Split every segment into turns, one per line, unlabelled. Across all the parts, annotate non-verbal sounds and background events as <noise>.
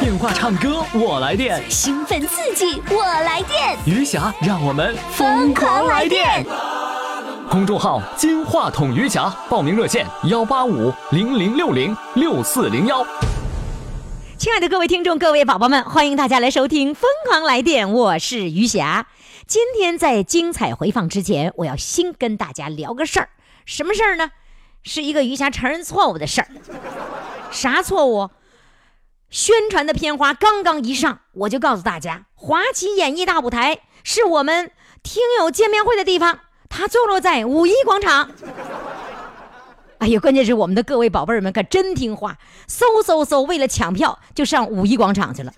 电话唱歌我来电，
兴奋刺激，我来电，
余霞让我们疯狂来电。公众号“金话筒余霞”，报名热线：幺八五零零六零六四零幺。
亲爱的各位听众、各位宝宝们，欢迎大家来收听《疯狂来电》，我是余霞。今天在精彩回放之前，我要先跟大家聊个事儿，什么事儿呢？是一个余霞承认错误的事儿。啥错误？宣传的片花刚刚一上，我就告诉大家，华旗演艺大舞台是我们听友见面会的地方，它坐落在五一广场。哎呀，关键是我们的各位宝贝儿们可真听话，嗖嗖嗖，为了抢票就上五一广场去了，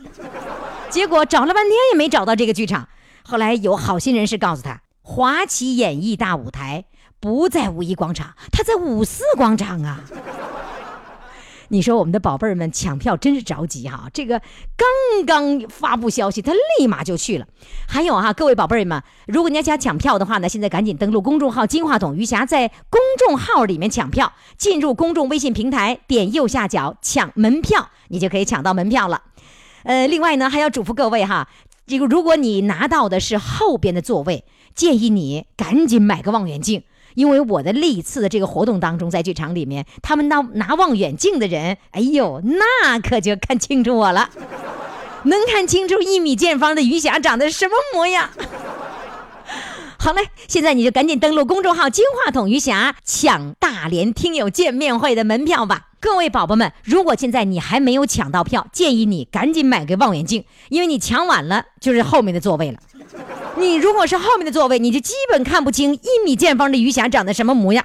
结果找了半天也没找到这个剧场。后来有好心人士告诉他，华旗演艺大舞台不在五一广场，它在五四广场啊。你说我们的宝贝儿们抢票真是着急哈、这个刚刚发布消息，他立马就去了。还有哈、各位宝贝儿们，如果你要想抢票的话呢，现在赶紧登录公众号“金话筒余霞”，在公众号里面抢票，进入公众微信平台，点右下角抢门票，你就可以抢到门票了。呃，另外呢，还要嘱咐各位哈，这个如果你拿到的是后边的座位，建议你赶紧买个望远镜，因为我的历次的这个活动当中，在剧场里面，他们拿拿望远镜的人，哎呦，那可就看清楚我了， <laughs> 能看清楚一米见方的余霞长得什么模样。好嘞，现在你就赶紧登录公众号“金话筒余霞”，抢大连听友见面会的门票吧！各位宝宝们，如果现在你还没有抢到票，建议你赶紧买个望远镜，因为你抢晚了就是后面的座位了。 <laughs> 你如果是后面的座位，你就基本看不清一米见方的余霞长得什么模样。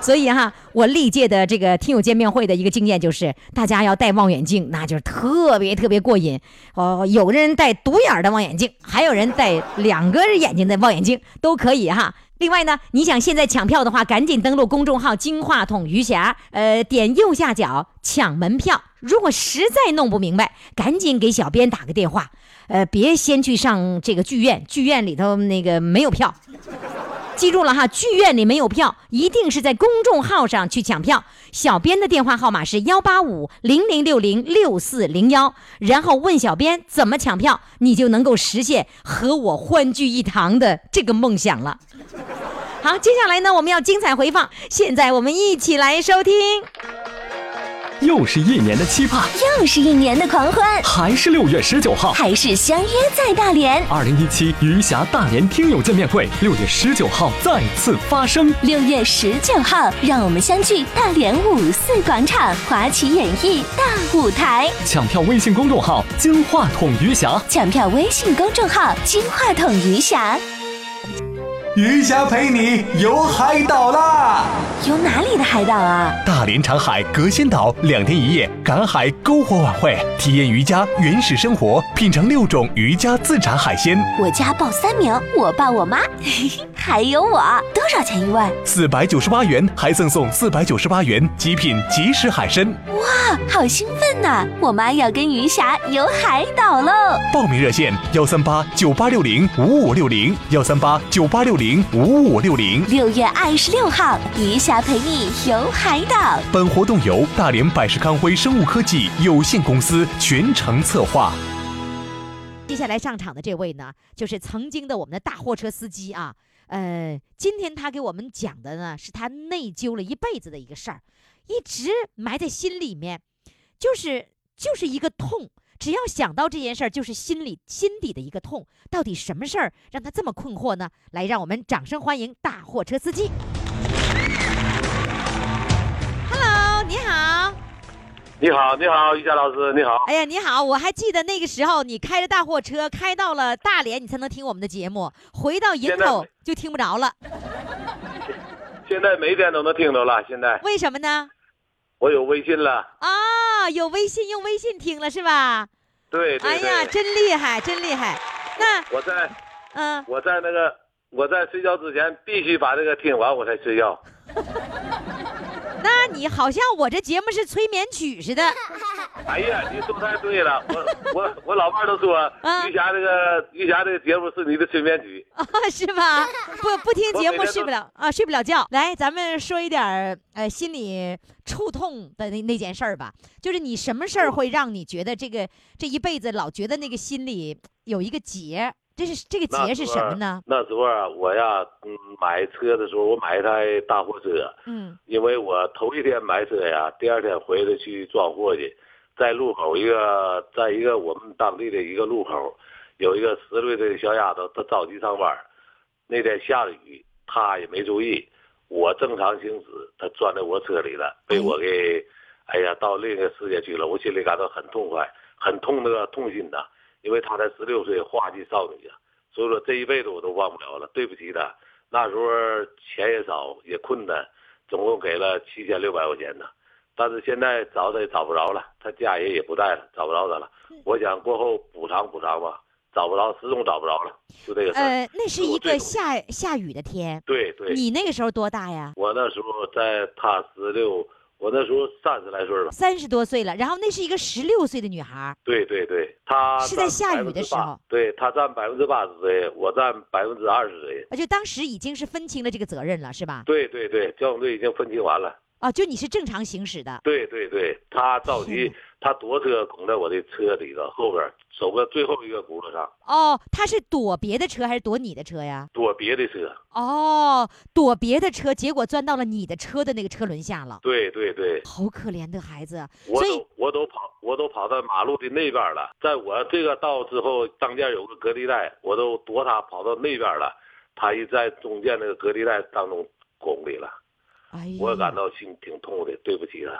所以哈，我历届的这个听友见面会的一个经验就是，大家要戴望远镜，那就是特别特别过瘾哦。有的人戴独眼儿的望远镜，还有人戴两个眼睛的望远镜，都可以哈。另外呢，你想现在抢票的话，赶紧登录公众号“金话筒余霞”，呃，点右下角抢门票。如果实在弄不明白，赶紧给小编打个电话，呃，别先去上这个剧院，剧院里头那个没有票。记住了哈，剧院里没有票，一定是在公众号上去抢票。小编的电话号码是幺八五零零六零六四零幺，然后问小编怎么抢票，你就能够实现和我欢聚一堂的这个梦想了。好，接下来呢，我们要精彩回放，现在我们一起来收听。
又是一年的期盼，
又是一年的狂欢，
还是六月十九号。
还是相约在大连。
二零一七余霞大连听友见面会，六月十九号再次发生。
六月十九号，让我们相聚大连五四广场华旗演艺大舞台。
抢票微信公众号“金话筒余霞
抢票微信公众号“金话筒余霞
余霞陪你游海岛啦！”。
游哪里的海岛啊？
大连长海隔仙岛两天一夜赶海篝火晚会，体验渔家原始生活，品尝六种渔家自产海鲜，
我家报三名，我爸、我妈， <laughs> 嘿嘿，还有我。多少钱一位？
四百九十八元还赠送四百九十八元极品即食海参。
啊，好兴奋呐、我妈要跟余霞游海岛喽！
报名热线：幺三八九八六零五五六零，幺三八九八六零五五六零。
六月二十六号，余霞陪你游海岛。
本活动由大连百世康辉生物科技有限公司全程策划。
接下来上场的这位呢，就是曾经的我们的大货车司机啊。呃，今天他给我们讲的呢，是他内疚了一辈子的一个事儿，一直埋在心里面，就是就是一个痛。只要想到这件事儿，就是心里心底的一个痛。到底什么事儿让他这么困惑呢？来，让我们掌声欢迎大货车司机。Hello，你好。
你好，你好，于佳老师，你好。
哎呀，你好！我还记得那个时候，你开着大货车开到了大连，你才能听我们的节目，回到营
现在
口就听不着了。
现在每天都能听着了，现在
为什么呢？
我有微信了。
啊，有微信，用微信听了是吧？
对
哎
对对，
呀，真厉害，真厉害！那
我在
嗯、
我在那个
<laughs>
我在睡觉之前必须把这个听完，我才睡觉。
那那你好像我这节目是催眠曲似的。
哎呀，你说太对了，我我我老伴儿都说
啊，
余霞这个余霞这个节目是你的催眠曲。
啊， <laughs> 是吧？不不听节目
我每天都
睡不了啊，睡不了觉。来，咱们说一点儿呃心里触痛的那那件事儿吧，就是你什么事儿会让你觉得这个这一辈子老觉得那个心里有一个结？这是这个
那
哎结是
昨
什
儿
么呢？？
那昨儿啊我呀，嗯，买车的时候我买一台大货车，
嗯
因为我头一天买车呀，第二天回来去装货去，在路口一个，在一个我们当地的一个路口，有一个十来岁的小丫头，她着急上班儿，那天下雨，她也没注意，我正常行驶，她钻在我车里了，被我给，哎呀，到另一个世界去了，我心里感到很痛快，很痛那个痛心呐，因为她才十六岁，花季少女啊，所以说这一辈子我都忘不了了，对不起她，那时候钱也少，也困难。总共给了七千六百块钱呢。但是现在找他也找不着了，他家人也不在了，找不着他了。
嗯
我想过后补偿补偿吧，找不着，始终找不着了，就这个事儿。
呃，那是
我
一
最
个
痛
下下雨的天，
对对，
你那个时候多大呀？
我那时候在他十六，我那时候三十来岁吧。
三十多岁了，然后那是一个十六岁的女孩儿，
对对对，他
是在下雨的时候
占8%，对他占百分之八十谁，我占百分之二十谁。
啊就当时已经是分清了这个责任了，是吧？
对对对，交警队已经分清完了。
啊，就你是正常行驶的，
对对对，他着
天
急，他躲车拱在我的车里头后边儿，走到最后一个轱辘上，
哦，他是躲别的车还是躲你的车呀？
躲别的车。
哦，躲别的车，结果钻到了你的车的那个车轮下了，
对对对，
好可怜的孩子。
我
所以
都我都跑我都跑到马路的那边了，在我这个道之后，中间有个隔离带，我都躲他跑到那边了，他一在中间那个隔离带当中拱里了，
哎
我
呀，
也感到心挺痛的，对不起他，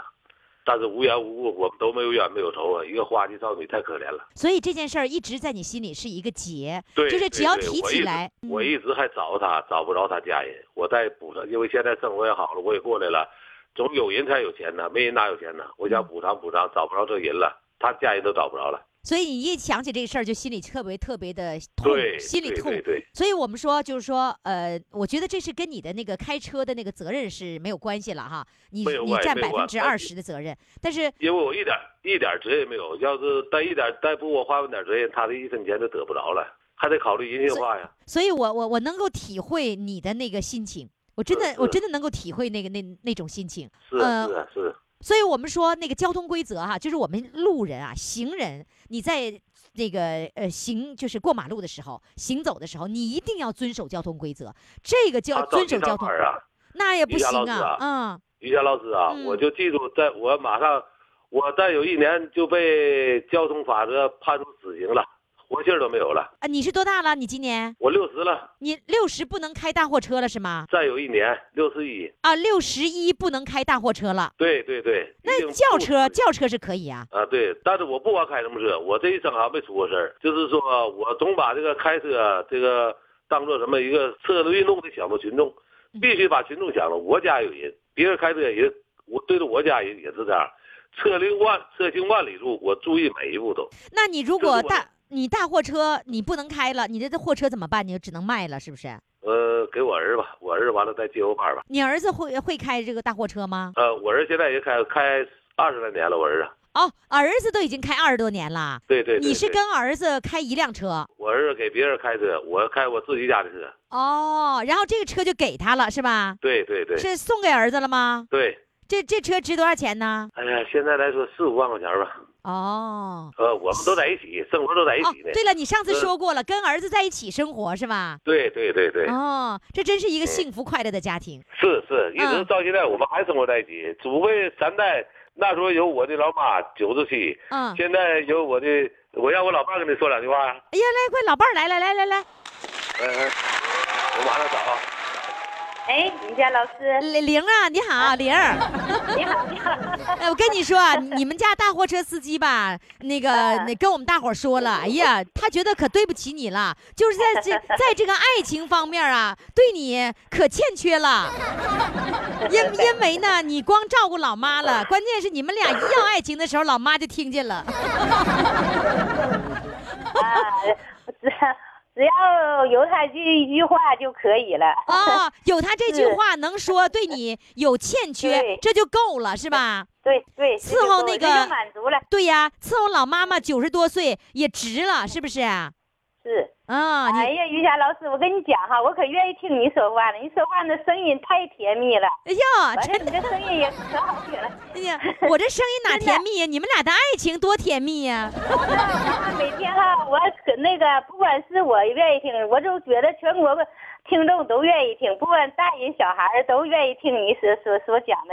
但是无缘无故，我们都没有冤没有仇啊，一个花季少女太可怜了。
所以这件事儿一直在你心里是一个结，
对，
就是只
对
要
对
提
我
起
一直
来，
我
嗯
一直还找他，找不着他家人，我再补偿，因为现在生活也好了，我也过来了，总有人才有钱呢，没人哪有钱呢？我
嗯
想补偿补偿，找不着这人了，他家人都找不着了。
所以你一想起这个事儿，就心里特别特别的痛
对，，
心里
对
痛
对。对
所以我们说，就是说，呃，我觉得这是跟你的那个开车的那个责任是没有关系了哈，你
没有
你
关系
占
没
百
有
分
关系
之二十的责任，但是
因为我一点一点责任也没有，要是再一点再不我花分点责任，他的一分钱都得不着了，还得考虑人性化呀。
所以我我我能够体会你的那个心情，我真的
是
我真的能够体会那个那那种心情。
是啊
呃
是啊是啊，
所以我们说那个交通规则哈、就是我们路人啊、行人，你在那个呃行就是过马路的时候、行走的时候，你一定要遵守交通规则。这个
他
叫
着
遵
急
守
上
交通
班，啊。
那也不
于霞
行
老师
啊，嗯，
于霞老师啊，
嗯
我就记住，在我马上，我再有一年就被交通法则判处死刑了，活信儿都没有了。
啊，你是多大了？你今年
我六十了，
你六十不能开大货车了是吗？
再有一年六十一，
啊，六十一不能开大货车了，
对对对。一定
那
不
轿车
死
轿车是可以啊。
啊，对，但是我不管开什么车，我这一生还没出过事儿。就是说我总把这个开车啊这个当做什么一个策略运动的小的群众，
嗯
必须把群众想了。我家有人，别人开车也，我对着我家人也是这样。车龄万车行万里路，我注意每一步都。
那你如
就是
果
我
大你大货车你不能开了，你的这货车怎么办？你就只能卖了，是不是？
呃，给我儿吧，我儿完了再接我班儿吧。
你儿子会会开这个大货车吗？
呃，我儿现在也开开二十来年了，我儿啊，
哦，儿子都已经开二十多年了。
对对对
你是
对
跟儿子开一辆车
我儿子给别人开车，我开我自己家的车。
哦，然后这个车就给他了是吧？
对对对
是送给儿子了吗？
对，
这这车值多少钱呢？
哎呀，现在来说四五万块钱吧。
哦。
呃，我们都在一起，生活都在一
哦
起呢。，
对了，你上次
嗯
说过了，跟儿子在一起生活是吧？
对对对对嗯
哦，这真是一个幸福快乐的家庭。
是是，一直
嗯
到现在我们还生活在一起。只不过咱在那时候有我的老妈九十七，
嗯，
现在有我的，我让我老伴跟你说两句话。啊
哎呀，来，快老伴儿来来来来来，
嗯、嗯我马上找啊。
哎，李佳老师，
玲玲啊，你好，玲儿。
<laughs>
啊
你好，你好。
<laughs>
哎，我跟你说啊，你们家大货车司机吧，那个
啊
那跟我们大伙儿说了，哎呀，他觉得可对不起你了，就是
<laughs>
在这在这个爱情方面啊，对你可欠缺了。因因为
<laughs>
呢，你光照顾老妈了，关键是你们俩一要爱情的时候，老妈就听见了。
啊，我知只要有他这一句话就可以了。
啊、有他
<laughs>
这句话能说对你有欠缺
对，
这就够了，是吧？
对对，这就
伺候
够
那
这
个
就满足了，
对呀，伺候老妈妈九十多岁也值了，是不是？啊，嗯
是。 <laughs> 哎
你
呀，于霞老师，我跟你讲哈，我可愿意听你说话了，你说话那声音太甜蜜了，
哎呀，
完
真
了你这声音也可好听了，
<laughs> 哎呀，我这声音哪甜蜜呀？你们俩的爱情多甜蜜呀！
每天哈，我可那个不管是我愿意听，我就觉得全国的听众都愿意听，不管大人小孩儿都愿意听你所所所讲的。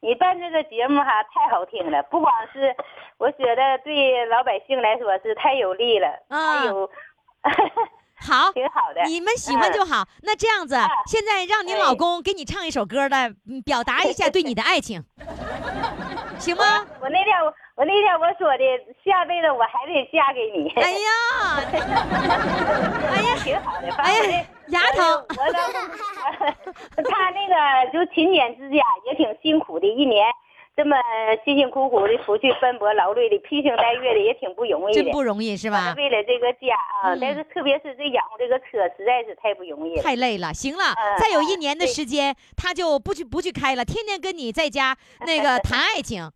你办这个节目哈，太好听了，不光是我觉得对老百姓来说是太有利了，
啊
太有
好，
<laughs> 挺好的。
你们喜
嗯
欢就好。那这样子，现在让你
哎
老公给你唱一首歌来嗯表达一下对你的爱
<laughs>
情，行吗？
我那天我我那天我说的，下辈子我还得嫁给你。
哎呀，
<laughs> 哎呀，挺好的，
哎
反正
呀牙疼
我我老公 <laughs> 他那个就勤俭持家，也挺辛苦的，一年这么辛辛苦苦的出去奔波劳累的，披星戴月的，也挺不容易
真
的。
不容易是吧？
为了这个家啊，
嗯
但是特别是这养活这个车，实在是太不容易了。
太累了，行了，
嗯
再有一年的时间，他就不去不去开了，天天跟你在
<laughs>
家那个谈爱情。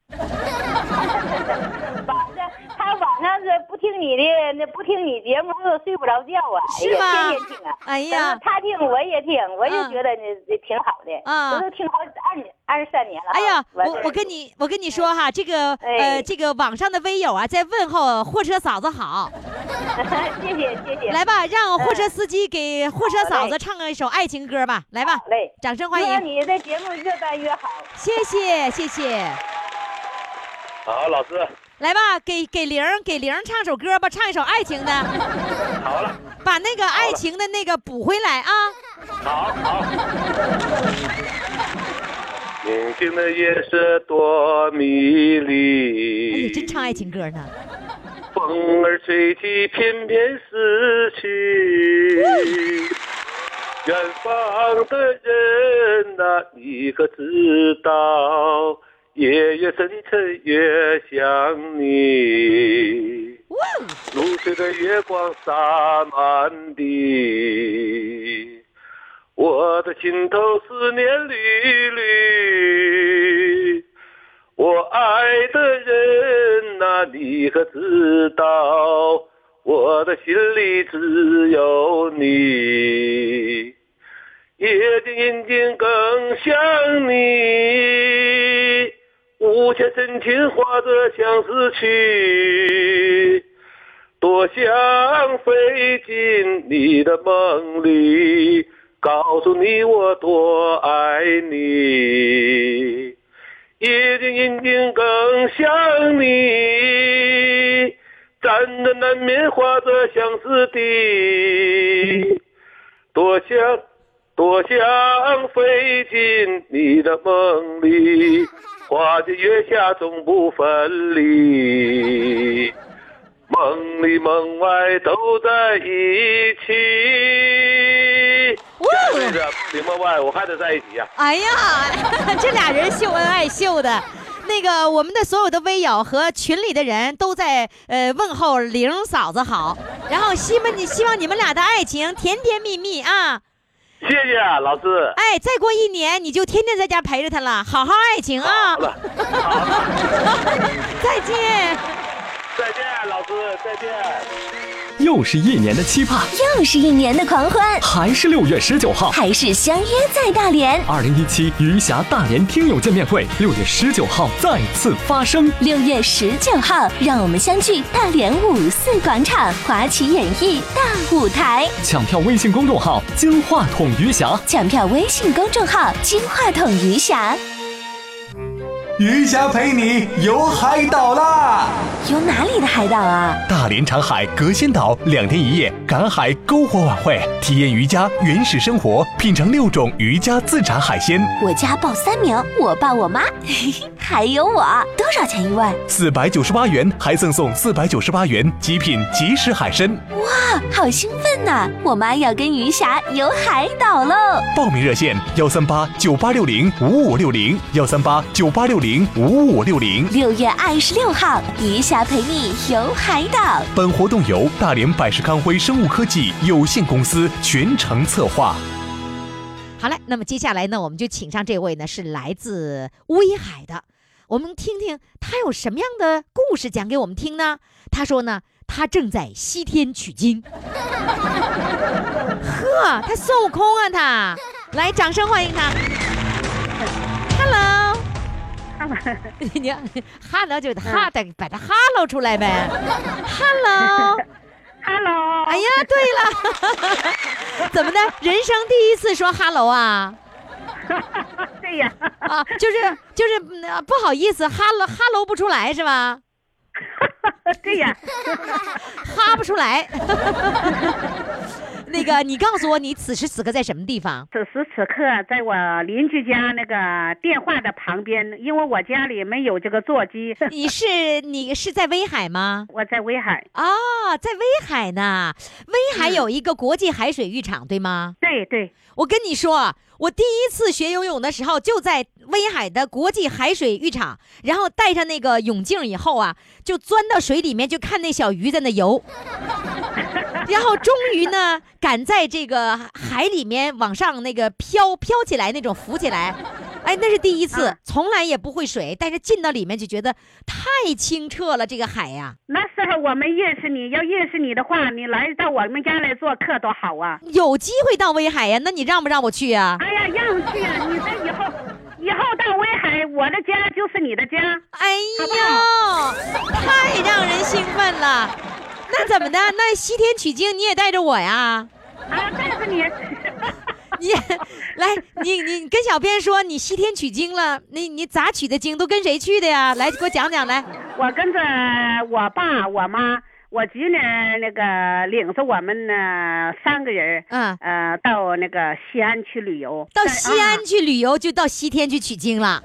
晚上他晚上是不听你的，那不听你节目，他都睡不着觉啊，哎
是吗
呀，天天听啊。
哎呀
嗯，他听我也听，我就
嗯
觉得你这挺好的，
啊
我都听好二年二十三年了哈。
<laughs>
<laughs>
哎呀，
这
我我跟你我跟你说哈，这个呃
哎
这个网上的微友啊，在问候货车嫂子好，
谢谢谢谢，嗯
来吧，让货车司机给货车嫂
好
子
嘞
唱一首爱情歌吧，来吧
好，嘞，
掌声欢
希望
迎，
你的节目越办越好。
谢谢谢谢，
好，老师，
来吧，给给玲儿给玲儿唱首歌吧，唱一首爱情的，
好了，
把那个爱情的那个补回来啊。
好好。 <laughs> 宁静的夜色多迷
哎
离，
呀，真唱爱情歌呢，
风儿吹起，翩翩逝去。远方的人呐、你可知道？夜越深沉越想你，
哇哦，
露水的月光洒满地，我的心头思念缕缕。我爱的人呐、你可知道？我的心里只有你，夜静人静更想你，无限深情化作相思曲，多想飞进你的梦里，告诉你我多爱你。夜静人静更想你，辗转难眠化作相思滴，多想多想飞进你的梦里，花前月下总不分离，梦里梦外都在一起。
哇
对
哦。
的，梦里梦外我还得在一起呀、
哎呀， <laughs> 这俩人秀恩爱秀的。那个，我们的所有的微友和群里的人都在呃问候玲嫂子好，然后希望你希望你们俩的爱情甜甜蜜蜜啊！
谢谢啊，老师。
哎，再过一年你就天天在家陪着他了，好好爱情啊
好！了，
再见。
再见，老师，再见。
又是一年的期盼，
哦又是一年的狂欢，
还是六月十九号。
还是相约在大连。
二零一七余霞大连听友见面会，六月十九号再次发生。
六月十九号，让我们相聚大连五四广场华旗演艺大舞台。
抢票微信公众号“金话筒余霞
抢票微信公众号“金话筒余霞
余霞陪你游海岛啦！”。
有哪里的海岛啊？
大连长海隔仙岛两天一夜赶海篝火晚会，体验渔家原始生活，品尝六种渔家自产海鲜。
我家报三名，我爸我妈， <laughs> 嘿嘿，还有我。多少钱一位？
四百九十八元还赠送四百九十八元极品即食海参。
啊，好兴奋呐、我妈要跟余霞游海岛喽！
报名热线：幺三八九八六零五五六零，幺三八九八六零五五六零。
六月二十六号，余霞霞陪你游海岛。
本活动由大连百世康辉生物科技有限公司全程策划。
好了，那么接下来呢，我们就请上这位呢是来自威海的，我们听听他有什么样的故事讲给我们听呢？他说呢，他正在西天取经。呵，他孙悟空啊，他来，掌声欢迎他。Hello，你要 Hello 就哈得把它哈喽出来呗。Hello，
Hello，
哎呀，对了，怎么的？人生第一次说 Hello 啊？
对呀，
啊，就是就是嗯呃不好意思，哈喽哈喽不出来是吧？
<laughs> 对呀，
<laughs> 哈不出来。 <laughs> 那个，你告诉我，你此时此刻在什么地方？
此时此刻，在我邻居家那个电话的旁边，因为我家里没有这个座机，
你是你是在威海吗？
我在威海。嗯
啊、在威海呢。威海有一个国际海水浴场，对吗？
对对，
我跟你说，我第一次学游泳的时候就在威海的国际海水浴场，然后戴上那个泳镜以后啊，就钻到水里面就看那小鱼在那游，
<laughs>
然后终于呢敢在这个海里面往上那个飘飘起来那种浮起来。哎，那是第一
嗯
次，从来也不会水，但是进到里面就觉得太清澈了，这个海呀、
那时候我没认识你，要认识你的话，你来到我们家来做客多好啊！
有机会到威海呀、那你让不让我去呀、
<laughs> 哎呀，让去啊！你这以后，以后到威海，我的家就是你的家。
哎呦，哦太让人兴奋了！那怎么的？那西天取经你也带着我呀？
啊，带着你，
你也 <laughs> 来，你你跟小编说你西天取经了，你你咋取的经？都跟谁去的呀？来，给我讲讲来。
我跟着我爸、我妈、我侄女儿那个领着我们呢三个人，
嗯
呃，到那个西安去旅游。
到
在嗯
西安去旅游就到西天去取经了。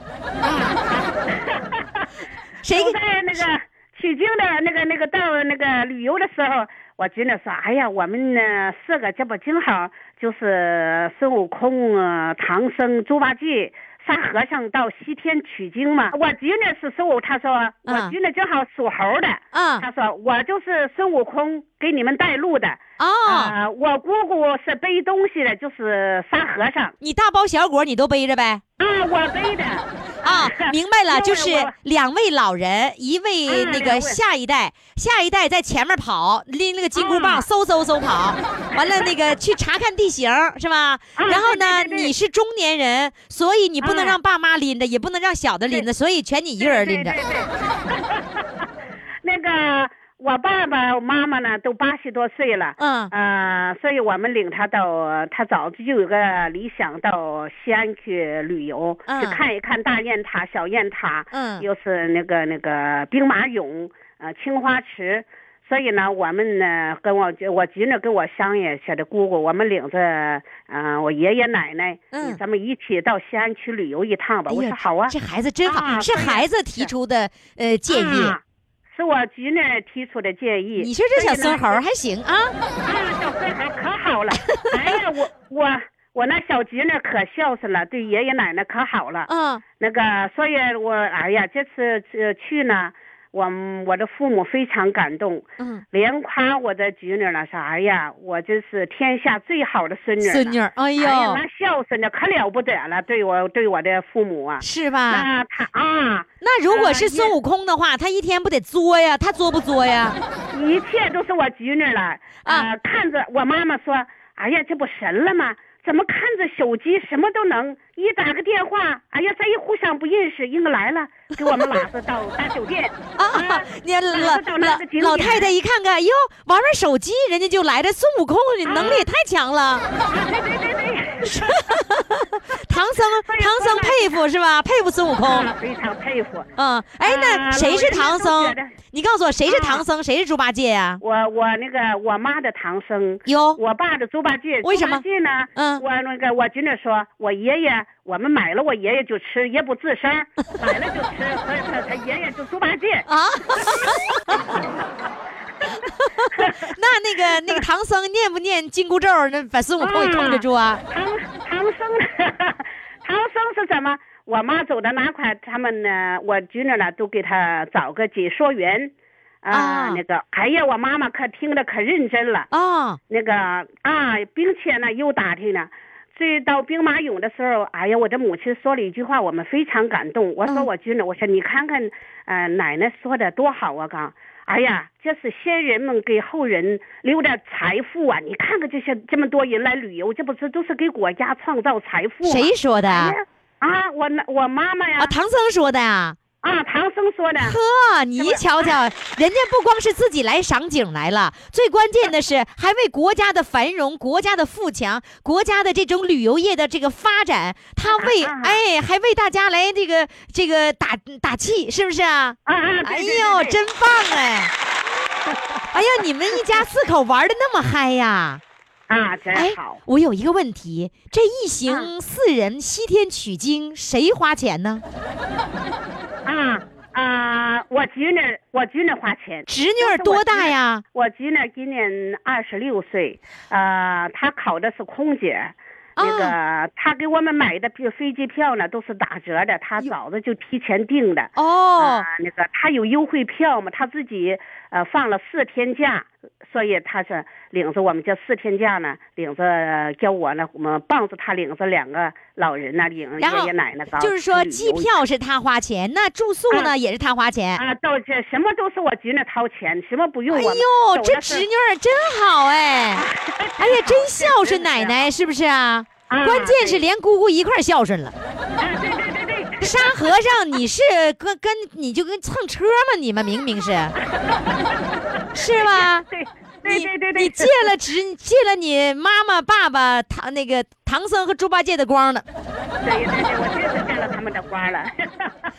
谁
都
给？
在那个取经的那个那个到那个旅游的时候，我侄女说：“哎呀，我们呢四个这不正好就是孙悟空啊、唐僧、猪八戒。”三和尚到西天取经
啊
嘛，我侄女是孙悟，他说我侄女正好属猴的，
嗯
他说我就是孙悟空给你们带路的，
哦，
啊，我姑姑是背东西的，就是沙和尚
你大包小裹你都背着呗。
啊，我背的
啊，明白了，
因为
就是
我
两位老人，一位
嗯
那
两
个
位
下一代，下一代在前面跑，拎那个金箍棒，
嗯
嗖嗖嗖跑，完了那个去查看地形是吧？
嗯
然后呢，
对对对
你是中年人，所以你不能
嗯
让爸妈拎着，也不能让小的拎着，所以全你一个人拎着
对。对对那个我爸爸、我妈妈呢，都八十多岁了，
嗯
呃，所以我们领他到，他早就有个理想，到西安去旅游，
嗯
去看一看大雁塔、小雁塔，
嗯
又是那个那个兵马俑，呃，青花瓷。所以呢，我们呢，跟我我侄女跟我商量，小的姑姑，我们领着，嗯、我爷爷奶奶，
嗯哎
咱们一起到西安去旅游一趟吧。我说好啊，
这孩子真好，
啊
是
所以
孩子提出的呃建议。
啊是我侄女提出的建
<laughs>
议。
你说这小孙猴
所以
儿
呢
还行啊？
啊，小孙猴可好
<laughs>
了。哎呀，我我我那小侄女可孝顺了，对爷爷奶奶可好了。
嗯
那个，所以我哎呀，这次呃去呢，我我的父母非常感动，
嗯，
连夸我的侄女了，说哎呀，我真是天下最好的孙女。
孙女，儿，哎
哎
呦，
呀，那孝顺的可了不得了，对我对我的父母啊，
是吧？
那他啊，
那如果
呃
是
因
孙悟空的话，他一天不得作呀？他作不作呀？
<laughs> 一切都是我侄女了。
啊
呃，看着我妈妈说：“哎呀，这不神了吗？怎么看着手机什么都能？一打个电话，哎呀，咱一互相不认识，应该来了，给我们拉着到大酒店。”
<laughs> 啊，你老
哪个到哪
老
个景点
老太太一看看，哟，玩玩手机，人家就来了。孙悟空，你能力也太强了，
啊， <laughs> 对对对对，
唐
<laughs>
僧
以
唐僧
后来
佩服是
<laughs>
吧？佩服孙悟空
啊。，非常佩服。
嗯，哎，那
啊
谁是唐
老
僧
人家都觉得？啊
你告诉我，谁是唐僧，谁是猪八戒
<laughs>
呀？
我我那个我妈的唐僧，
哟，
我爸的猪八戒，
为什么
猪八戒呢？
嗯
我那个我侄女说，我爷爷我们买了，我爷爷就吃，也不吱
<laughs>
声儿，买了就吃，所以他他爷爷就猪八戒。
啊，那那个那个唐僧念不念紧箍咒？那把孙悟空给控制住啊？
唐唐僧，唐僧是怎么？我妈走到哪块，他们呢？我侄女呢，都给他找个解说员。
啊
啊，那个，哎呀，我妈妈可听着可认真了。
啊，
那个啊，并且呢又打听了，这到兵马俑的时候，哎呀，我这母亲说了一句话，我们非常感动。我说
嗯
我军长，我说你看看，呃，奶奶说的多好啊，刚。哎呀，这是先人们给后人留的财富啊！你看看这些这么多人来旅游，这不是都是给国家创造财富吗？
谁说的？
哎呀啊，我那我妈妈呀
啊，，唐僧说的呀。
啊，唐僧说的，
呵，你瞧
<laughs>
瞧，人家不光是自己来赏景来了，最关键的是还为国家的繁荣、国家的富强、国家的这种旅游业的这个发展，他为
啊啊
哎还为大家来这个这个打打气，是不是啊？
啊啊，
哎
对对
呦，
对对
真棒哎！ <laughs> 哎呀，你们一家四口玩的那么嗨呀！
啊，
哎
真好，，
我有一个问题，这一行四人西天取经，谁花钱呢？
啊啊，我侄女儿，我侄女儿花钱。
侄女儿多大呀？
我侄女今年二十六岁，呃，她考的是空姐。
哦
那个，她给我们买的比飞机票呢，都是打折的，她早的就提前订的。
哦
啊，，那个她有优惠票嘛，她自己呃放了四天假，所以她是领着我们这四天假呢，领着叫我呢，我们帮着她领着两个老人呢，领
然后
爷爷奶嗯奶到
就是说
旅游
机票是他花钱，那住宿呢、也是他花钱。
啊，到这什么都是我侄女掏钱，什么不用
哎
我们。
呦，
走
这
的是
侄女儿真好
<laughs>
哎！哎呀，真孝顺奶奶是不是啊？
啊
关键是
对
连姑姑一块儿孝
<laughs>
顺了。
啊，对对对
<laughs>
对，
沙和尚，你是跟跟你就跟蹭车吗？你们明明是，是吧？
对对对对对，
你借了侄借了你妈妈、爸爸、唐那个唐僧和猪八戒的光呢
对对对，我确实见了他们的花了。 <laughs>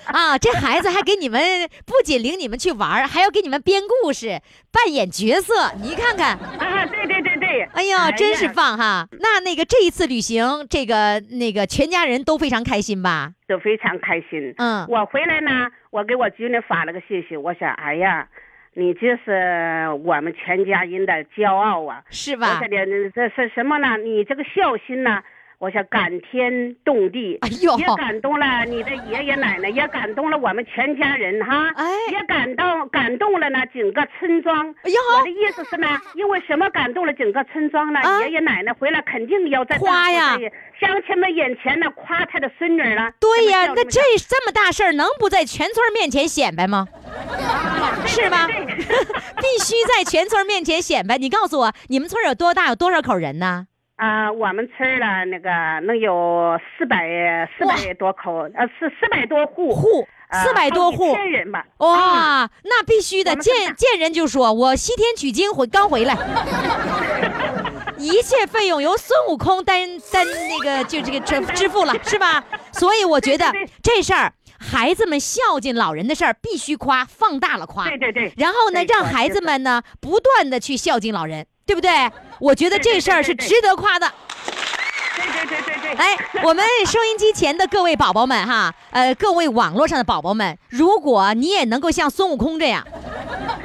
啊！这孩子还给你们不仅领你们去玩儿，还要给你们编故事、扮演角色，你看看。
啊，对对对对，
哎呦，真是
呀
棒哈！那那个这一次旅行，这个那个全家人都非常开心吧？
都非常开心。
嗯
我回来呢，我给我侄女发了个信息，我说，哎呀，你这是我们全家人的骄傲啊！
是
我
吧
说？你这是什么呢？你这个孝心呢？我说感天动地，
哎呦
也感动了你的爷爷奶奶，也感动了我们全家人哈，
哎
也感动感动了呢整个村庄。
哎呦
我的意思是呢，因为什么感动了整个村庄呢？
啊
爷爷奶奶回来肯定要在
夸呀
在乡亲们眼前呢夸他的孙女儿了。
对呀，
们
那这
叫么
这么大事儿，能不在全村面前显摆吗？是
<laughs>
吧？
对
必须在全村面前显摆。你告诉我，你们村有多大？有多少口人呢？
啊、我们村儿呢，那个能有四百四百多口，呃，是四百多户，啊
户四百多户，
千人吧。啊，
哇，那必须的，
我们村
见
长
见人就说我西天取经回刚回来，一切费用由孙悟空担担那个就这个支支付了，是
<laughs>
吧？所以我觉得
对对对
这事儿，孩子们孝敬老人的事儿必须夸，放大了夸。
对对对。
然后呢，
没错
让孩子们呢不断的去孝敬老人，对不对？我觉得
对对
这事儿
对
是
对
值得夸的。
对对对对对。
哎，我们收音机前的各位宝宝们哈，呃，各位网络上的宝宝们，如果你也能够像孙悟空这样，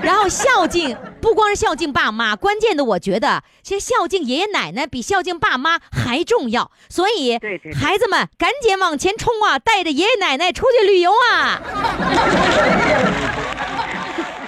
然后孝敬，不光是孝敬爸妈，关键的我觉得，其实孝敬爷爷奶奶比孝敬爸妈还重要。所以，
对对对
孩子们赶紧往前冲啊，带着爷爷奶奶出去旅游啊！ <laughs>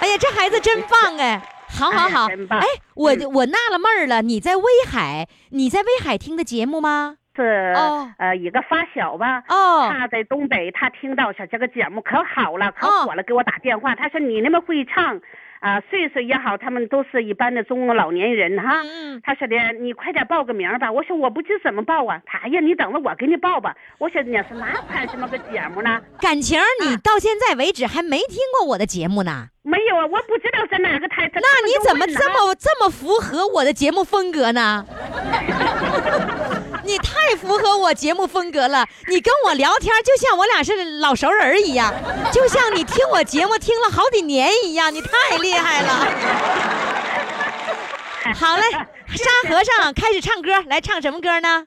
哎呀，这孩子真棒哎！好好好，
哎真棒
哎，我我纳了闷儿了，你在威海，你在威海听的节目吗？
是、
哦
呃一个发小吧。
哦，
他在东北，他听到说这个节目可好了，可
哦
火了，给我打电话，他说你那么会唱，啊、岁数也好，他们都是一般的中老年人哈。
嗯，
他说的，你快点报个名儿吧。我说我不知怎么报啊。他哎呀，你等着我给你报吧。我说你是哪款什么个节目呢？
感情儿你到现在为止还没听过我的节目呢，
啊没有啊，我不知道在哪个台。
那你怎么这
么？
么这么符合我的节目风格呢？ <laughs> 你太符合我节目风格了，你跟我聊天就像我俩是老熟人儿一样，就像你听我节目听了好几年一样，你太厉害
<laughs>
了。好嘞，沙和尚开始唱歌，来唱什么歌呢？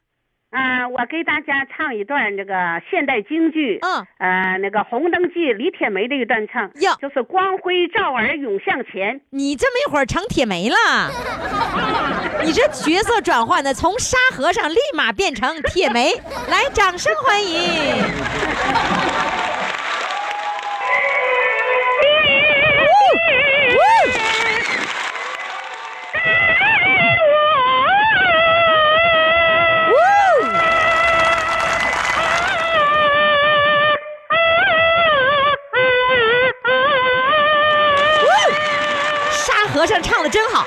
啊、我给大家唱一段这个现代京剧，
嗯，
呃，那个《红灯记》李铁梅的一段唱，
哟
就是光辉照儿涌向前。
你这么一会儿成铁梅了，你这角色转换的，从沙和尚立马变成铁梅，来，掌声欢迎！呜呜
哎
和尚唱的真好。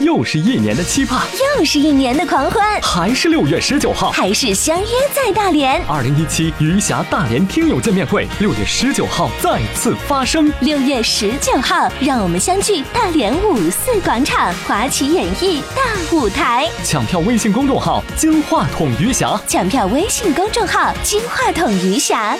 又是一年的期盼，
又是一年的狂欢，
还是六月十九号，
还是相约在大连。
二零一七余霞大连听友见面会，六月十九号再次发生。
六月十九号，让我们相聚大连五四广场华旗演艺大舞台。
抢票微信公众号“金话筒余霞”，
抢票微信公众号“金话筒余霞”。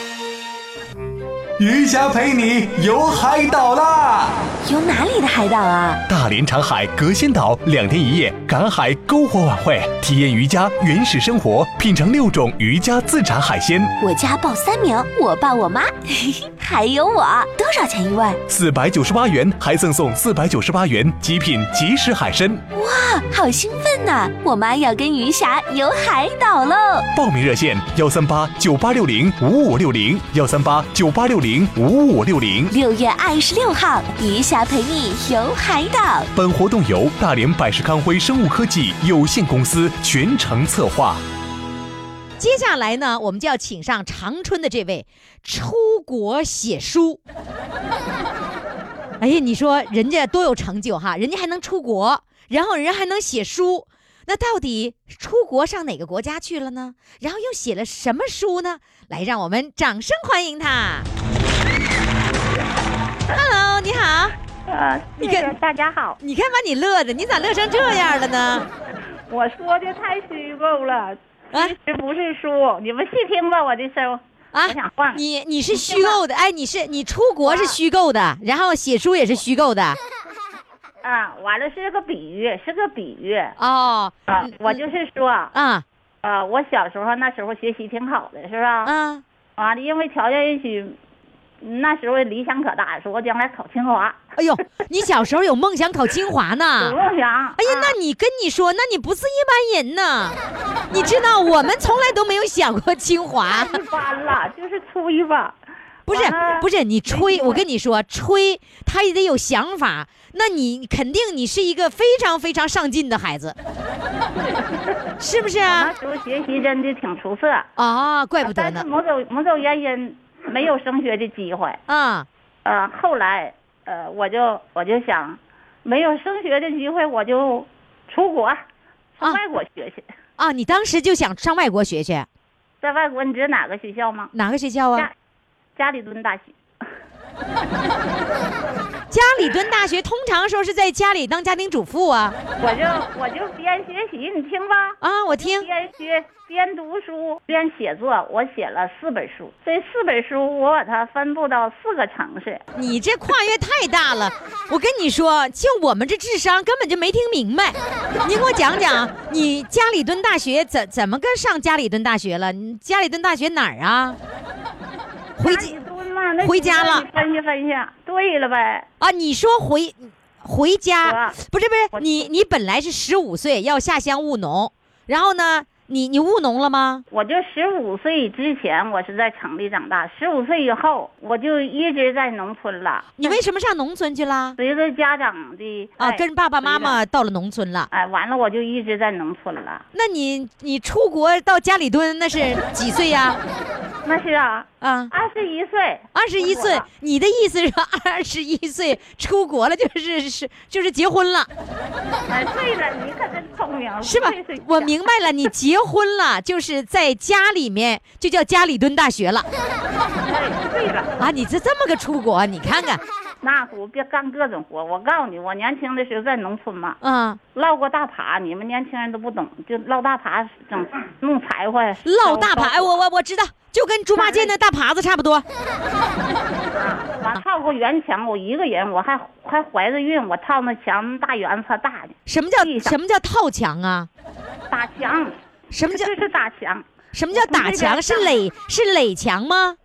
余霞陪你游海岛啦！
游哪里的海岛啊？
大连长海隔仙岛两天一夜赶海篝火晚会，体验渔家原始生活，品尝六种渔家自产海鲜。
我家报三名，我爸、我妈， <laughs> 嘿嘿，还有我。多少钱一位？
四百九十八元，还赠送四百九十八元极品即食海参。
哇，好兴奋呐、啊！我妈要跟余霞游海岛喽！
报名热线：幺三八九八六零五五六零，幺三八九八六零。零五五六零，
六月二十六号，余霞陪你游海岛。
本活动由大连百世康辉生物科技有限公司全程策划。
接下来呢，我们就要请上长春的这位出国写书。 <laughs> 哎呀，你说人家多有成就哈，人家还能出国，然后人家还能写书。那到底出国上哪个国家去了呢？然后又写了什么书呢？来，让我们掌声欢迎他。Hello，你好。
呃，你看大家好。
你看把你乐的，你咋乐成这样了呢？
<laughs> 我说的太虚构了，其实不是书，你们细听吧，我的声。
啊，
我想换。
你你是
<laughs>
虚构的，哎，你是你出国是虚构的，然后写书也是虚构
<laughs>
的。
啊，完了是个比喻，是个比喻
哦。
啊，我就是说，
啊，
啊，我小时候那时候学习挺好的，是吧？
嗯。
完了，因为条件允许，那时候理想可大，说我将来考清华。
哎呦，你小时候有梦想考清华呢？
有梦想。哎
呀，那你跟你说，那你不是一般人
<laughs>
呢。你知道，我们从来都没有想过清华。
一般了，就是吹吧。
不是不是，你吹，我跟你说，吹他也得有想法。那你肯定你是一个非常非常上进的孩
<laughs>
子，是不是啊？
那时候学习真的挺出色
啊，怪不得呢。
但是某种某种原因没有升学的机会
啊。
呃，后来呃，我就我就想，没有升学的机会，我就出国上外国学 <laughs> 去、
啊、啊。你当时就想上外国学去？
在外国，你知道哪个学
嗯
校吗？
哪个学校啊？
加里敦大学，
家里蹲大学，通常说是在家里当家庭主妇啊。
我就我就边学习，你听吧，
啊，我听
边学边读书边写作，我写了四本书，这四本书我把它分布到四个城市。
你这跨越太大了，我跟你说，就我们这智商根本就没听明白。你给我讲讲，你家里蹲大学怎怎么跟上家里蹲大学了？你家里蹲大学哪儿啊？回
家
家
里蹲嘛，那
回家了
你分析分析，对了呗，
啊？你说回回家
我
不是不
我
是？你你本来是十五岁要下乡务农，然后呢，你你务农了吗？
我就十五岁之前我是在城里长大，十五岁以后我就一直在农村了。
你为什么上农村去啦？
随着家长的
啊，
爱
跟爸爸妈
随
妈
着
到了农村了。
哎，完了我就一直在农村了。
那你你出国到家里蹲那
<laughs>
是几岁呀、
那是啊，
啊，
二十一岁，
二十一岁
出国了。
你的意思是二十一岁出国了，就是是就是结婚了，
哎，对了，你可真聪明，
是吧
对对？
我明白了，你结婚
<laughs>
了，就是在家里面就叫家里蹲大学了
哎，对了，
啊！你这这么个出国，你看看，
那股别干各种活。我告诉你，我年轻的时候在农村嘛，
啊，
烙过大耙，你们年轻人都不懂，就烙大耙，整弄柴火，
烙
烧
大耙，哎，我我我知道，就跟猪八戒那大耙子差不多。
<laughs> 我套过圆墙，我一个人，我还还怀着孕，我套那墙大圆子大的
什么叫
地上
什么叫套墙啊？
打墙，
什么叫
这是打墙，
什么叫
从
打
这边
墙？是
上嗯
垒是垒墙吗？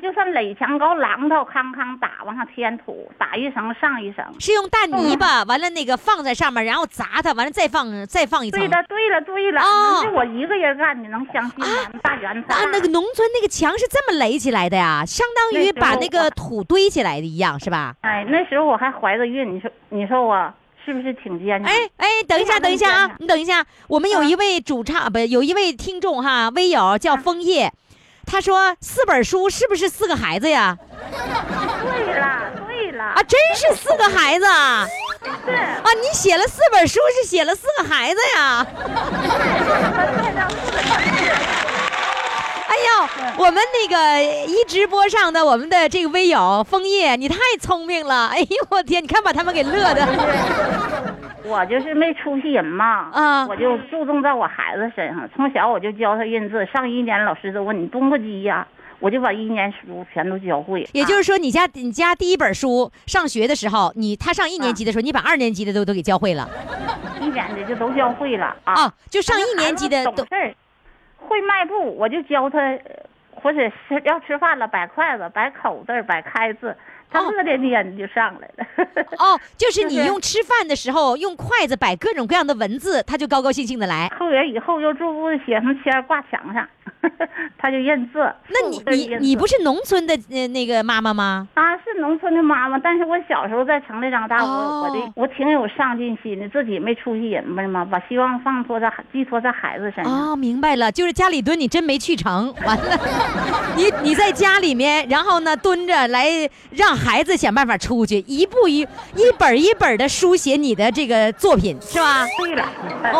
就算垒墙高榔头，康康打往上添土，打一层上一层。嗯
是用大泥巴，完了那个放在上面，然后砸它，完了再放再放一层
对。的，对了，对了，
哦
能是我一个人干，你能相信吗？大圆子
啊，那个农村那个墙是这么垒起来的呀，相当于
嗯那时候
把那个
我
土堆起来的一样，是吧？
哎，那时候我还怀着孕，你说你说我是不是挺坚强？
哎哎，等一下，
非常
等一下
艰
啊
难，
你等一下，我们
嗯
有一位主唱，不，有一位听众哈，微友叫枫叶，他说四本书是不是四个孩子呀？
对了，对了，
啊，真是四个孩子啊！啊，你写了四本书，是写了四个孩子呀？
嗯
哎呦，我们那个一直播上的我们的这个微友枫叶，你太聪明了！哎呦，我天，你看把他们给乐的。
我就是没出息人嘛，
啊
我就注重在我孩子身上，从小我就教他认字。上一年老师都问你动个鸡呀、我就把一年书全都教会。、
也就是是说，你家你家第一本书，上学的时候，你他上一年
啊
级的时候，你把二年级的都都给教会了
一年的就都教会了啊。
啊，就上一年级的
懂
都
事儿，会迈步，我就教他，呃或者是要吃饭了，摆筷子，摆口字儿，摆开字，他
哦
乐颠颠就上来了。
哦，就是你
就是
用吃饭的时候用筷子摆各种各样的文字，他就高高兴兴的来。
后园以后又住屋写上签儿挂墙上，他就认字。
那
父
你
母都
你
认
你
字
不是农村的呃那个妈妈吗？
啊，是农村的妈妈，但是我小时候在城里长大，
哦
我我的我挺有上进心的，自己没出息人嘛嘛，把希望放托在寄托在孩子身上。
哦，明白了，就是家里蹲，你真没去
<laughs>
成，完了，你你在家里面，然后呢蹲着来让孩子想办法出去，一步一一本儿一本的书写你的这个作品，是吧？
对了，哎
哦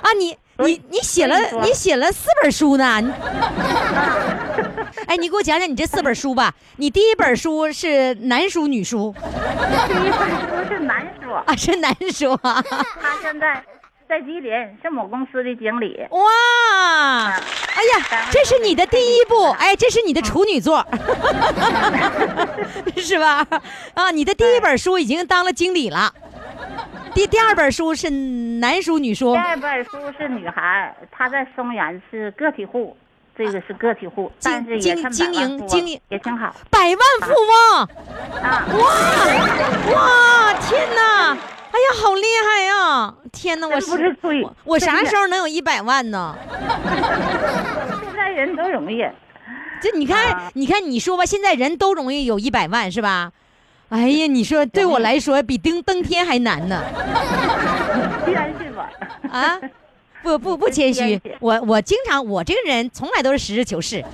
啊，你
所以
你你写了
所以说
你写了四本书呢，你哎，你给我讲讲你这四本书吧。你第一本书是男书女书
<laughs> 第一本书是难说，
哦 <laughs> 啊，是男书啊，
他现在在吉林是某公司的经理。
哦哇，哎呀，这是你的第一步，哎，这是你的处女座， <laughs> 是吧？啊，你的第一本书已经当了经理了，第第二本书是男书女书
第，二本书是女孩，她在松原是个体户，这个是个体户，
经
但是
经
也看百
经
万
营
富翁
经营
也挺好
百万富翁，
啊。
哇哇，天哪！哎呀，好厉害呀、天哪，我
真不是吹
我我啥
真的
时候能有一百万呢？
现在人都容易，
这你看，
啊
你看，你说吧，现在人都容易有一百万是吧？哎呀，你说对我来说比登登天还难呢
谦虚吧？
啊！不不不谦虚
真谦虚，
我我经常我这个人从来都是实事求是。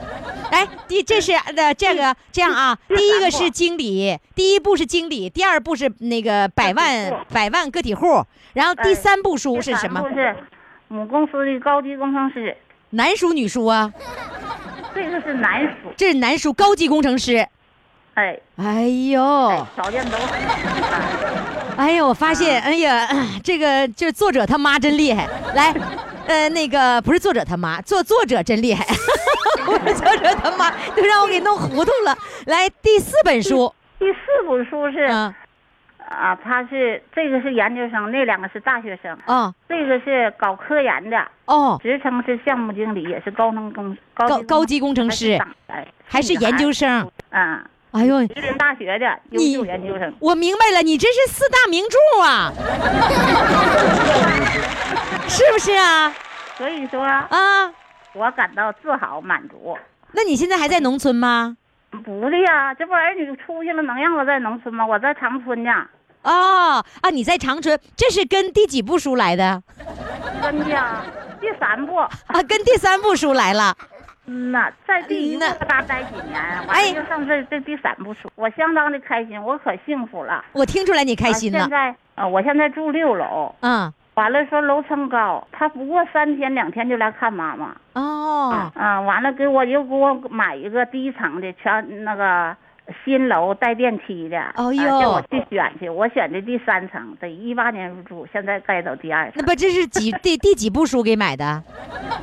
来，第这是呃这个这样啊，
嗯
第一个是经理，第一步是经理，第二步是那个百
个体
万
户
百万个体户，然后第
哎
三部书是什么？
是母公司的高级工程师，
男书女书啊，
这个是男书。
这是男书高级工程师，
哎，
哎呦，
条件都很
哎呦，我发
啊
现，哎呀， <clears throat> 这个这作者他妈真厉害。来，呃，那个不是作者他妈，作作者真厉害， <laughs> 不是作者他妈，都让我给弄糊涂了。来，第四本书，
第四本书是，
哦嗯
啊，他是这个是研究生，那两个是大学生，
啊，
这个是搞科研的，
哦，
职称是项目经理，也是高能工
高
高
高级工程师，
哎，
还是研究生。
啊，
哎呦，
吉林大学的优
你
秀研
<laughs>
究生。
我明白了，你这是四大名著啊，是不是啊？
所以说，
啊，
我感到自豪满足。
那你现在还在农村吗？
不的呀，这不儿女出去了，能让我在农村吗？我在长春呢，
哦啊，你在长春，这是跟第几部书来的？
真的呀。第三步，
啊，跟第三部书来了。
嗯呐，在第一部
那
搁那待几年，完
哎
了就上这这第三部书，我相当的开心，我可幸福了，
我听出来你开心
啊
了
现。在啊，我现在住六楼，
嗯，
完了说楼层高，他不过三天两天就来看妈妈，
哦，
啊，完了给我又给我买一个低层的，全那个新楼带电梯的。
哎
啊
呦
叫我去选去，我选的第三层，得一八年入住，现在盖到第二
那
层。
不这是几第第几部书给买的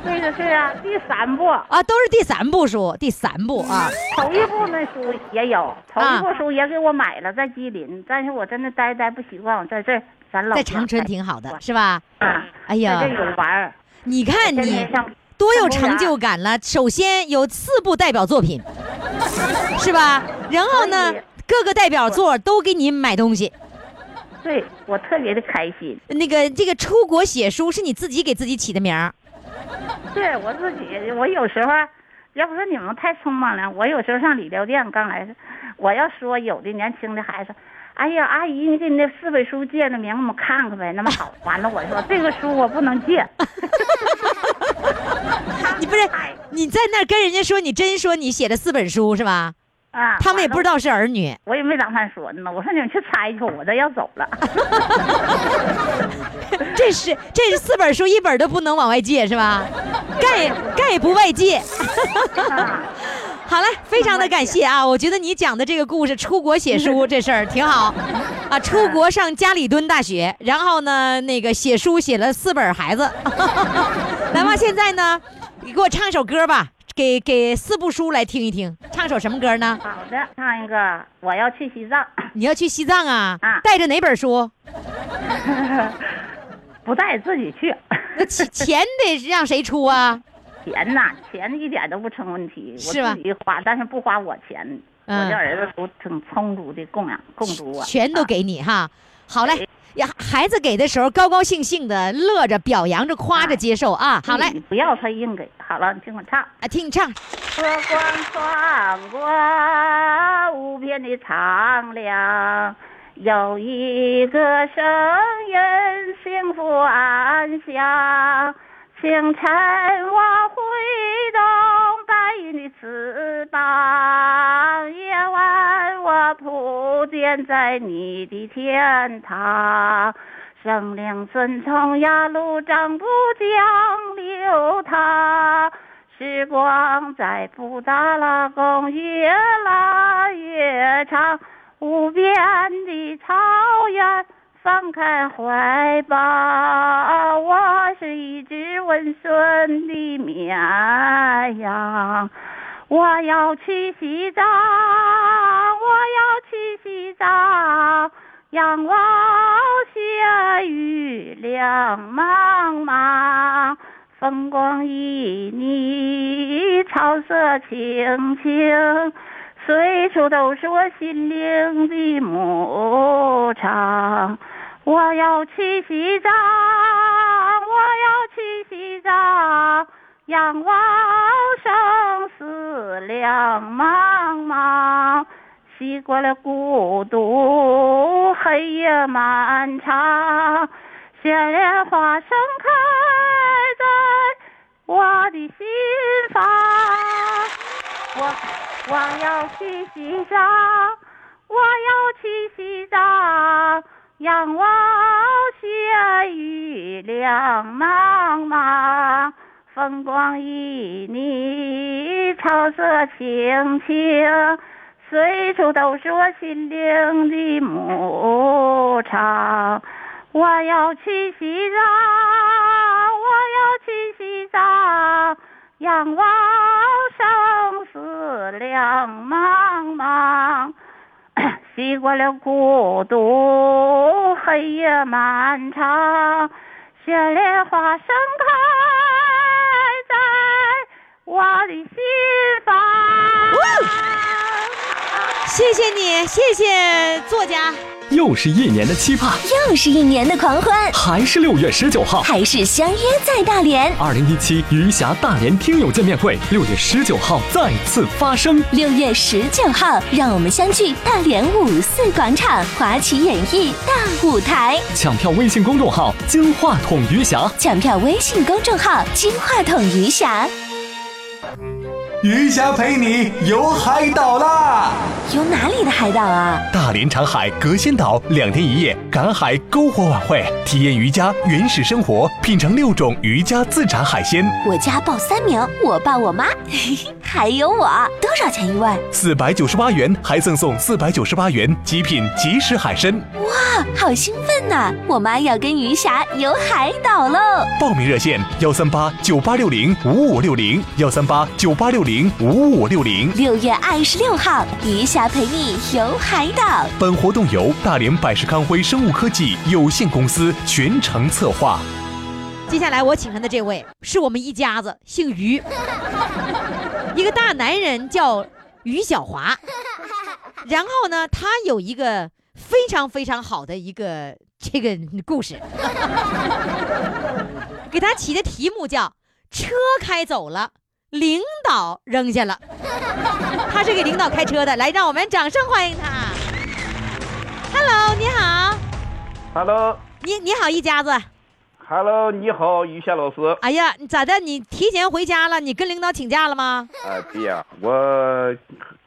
这个是啊，第三部，嗯
啊？都是第三部书，第三部啊。
头一部那书也有，头
啊
一部书也给我买了，在吉林，但是我真的待待不习惯，我在这儿咱老
在
家
长春挺好的，是吧？
啊，
哎
在这
呀，
有玩儿，
你看
天
你
天上
多有成就感了！首先有四部代表作品，是吧？然后呢
所以，
各个代表作都给你买东西。
对我特别的开心，
那个这个出国写书是你自己给自己起的名儿，
对我自己，我有时候要不是你们太匆忙了，我有时候上理疗店刚来，我要说有的年轻的孩子，哎呀，阿姨，你给你那四本书借了名，我们看看呗，那么好。完了，我说这个书我不
<laughs>
能借，
你不是
哎
你在那儿跟人家说你真说你写了四本书是吧？
啊，
他们也不知
道，
道是儿女。
我也没打算说呢。我说你们去猜去，我这要走了。
<laughs> 这是这是四本书，一本都不能往外借是吧？概概不外借。 <laughs>
啊
好了，非常的感谢啊！我觉得你讲的这个故事，出国写书这事儿挺好啊。出国上加里敦大学，然后呢，那个写书写了四本孩子。 <laughs> 来吧，现在呢，你给我唱首歌吧，给给四部书来听一听。唱首什么歌呢？
好的，唱一个，我要去西藏，
你要去西藏啊
啊？
带着哪本书？
<laughs> 不带自己去。
那钱钱得让谁出啊？
<laughs> 钱呐、钱一点都不成问题，
是吧
我自己花，但是不花我钱。
嗯
我这儿子都挺充足的供养供足我，哎
全都
啊
给你哈。好嘞，呀，孩子给的时候高高兴兴的，乐着、表扬着、夸着接受啊。好嘞
你，嗯不要他硬给。好了，你听我唱。
啊，听你唱。
波光穿过无边的苍凉，有一个声音幸福安详。清晨我挥动白云的翅膀，夜晚我铺垫在你的天堂。生灵顺从呀，路长不将流淌。时光在布达拉宫越拉越长，无边的草原放开怀抱，我是一只温顺的绵羊，我要去西藏，我要去西藏。仰望雪雨两茫茫，风光旖旎，草色青青，随处都是我心灵的牧场。我要去西藏，我要去西藏，仰望生死两茫茫。习惯了孤独，黑夜漫长，鲜莲花盛开在我的心房。我我要去西藏，我要去西藏，仰望雪雨两茫茫。风光旖旎，草色青青，随处都是我心灵的牧场。我要去西藏，我要去西藏，仰望生死两茫茫， <coughs> 习惯了孤独，黑夜漫长，雪莲花盛开在我的心房。
谢谢你，谢谢作家。
又是一年的期盼，
又是一年的狂欢，
还是六月十九号，
还是相约在大连。
二零一七余霞大连听友见面会，六月十九号再次发生。
六月十九号，让我们相聚大连五四广场华旗演艺大舞台。
抢票微信公众号：金话筒余霞。
抢票微信公众号：金话筒余霞。
余霞陪你游海岛啦！
游哪里的海岛啊？
大连长海隔仙岛两天一夜赶海篝火晚会，体验渔家原始生活，品尝六种渔家自产海鲜。
我家报三名，我爸、我妈， <laughs> 还有我。多少钱一位？
四百九十八元，还赠送四百九十八元极品即食海参。
哇，好兴奋呐、我妈要跟余霞游海岛喽！
报名热线：幺三八九八六零五五六零，幺三八九八六零五五六零。
六月二十六号，余霞陪你游海岛。
本活动由大连百世康辉生物科技有限公司全程策划。
接下来我请上的这位是我们一家子，姓于，一个大男人叫于小华。然后呢，他有一个非常非常好的一个这个故事，给他起的题目叫“车开走了，领导扔下了”。他是给领导开车的，来，让我们掌声欢迎他。Hello，你好，
Hello，Hello，
你你好，一家子。
你好，于霞老师。
哎呀，你咋的？你提前回家了？你跟领导请假了
<laughs>
吗？
啊，对呀、我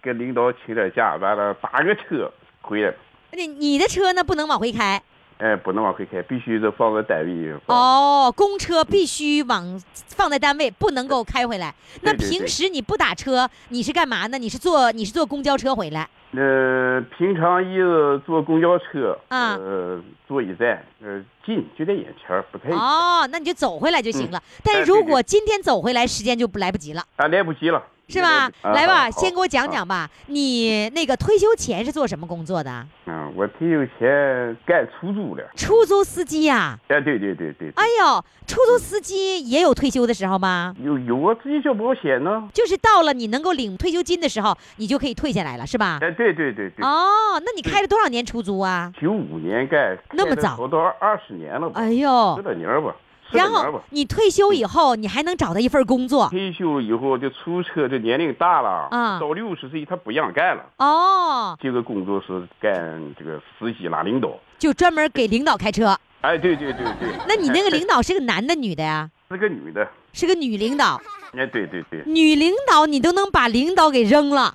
跟领导请点假，完了打个车回来。
你你的车呢？不能往回开
哎，不能往回开，必须得放在单位。
哦，公车必须往放在单位，不能够开回来。那
对对对
平时你不打车，你是干嘛呢？你是坐你是坐公交车回来？
呃，平常一直坐公交车，
啊
呃，坐一站，呃，近就在眼前儿，不太远，
哦，那你就走回来就行了。但
哎
是
对
如
对
果今天走回来，时间就不来不及了，
啊，来不及了，
是吧？
啊
来吧，
好啊
先给我讲讲吧。你那个退休前是做什么工作的？
嗯，我挺有钱干出租的，
出租司机呀、
哎，对对对对，
哎呦，出租司机也有退休的时候吗？
嗯有有啊，自己交保险呢，
就是到了你能够领退休金的时候，你就可以退下来了，是吧？
哎，对对对对，
哦，那你开了多少年出租啊？
九五年干，
那么
开了
早
都到二十年了吧，
哎呦
十，来年儿吧，十来
然
年儿吧
后。你退休以后，你还能找到一份工作
退休以后就出车，这年龄大了，
啊
到六十岁他不让干了。
哦，
这个工作是干这个司机拉领导。
就专门给领导开车。
哎，对对对对，
那你那个领
哎
导是个男的女的呀？
是个女的。
是个女领导，
哎，对对对，
女领导你都能把领导给扔
<laughs>
了，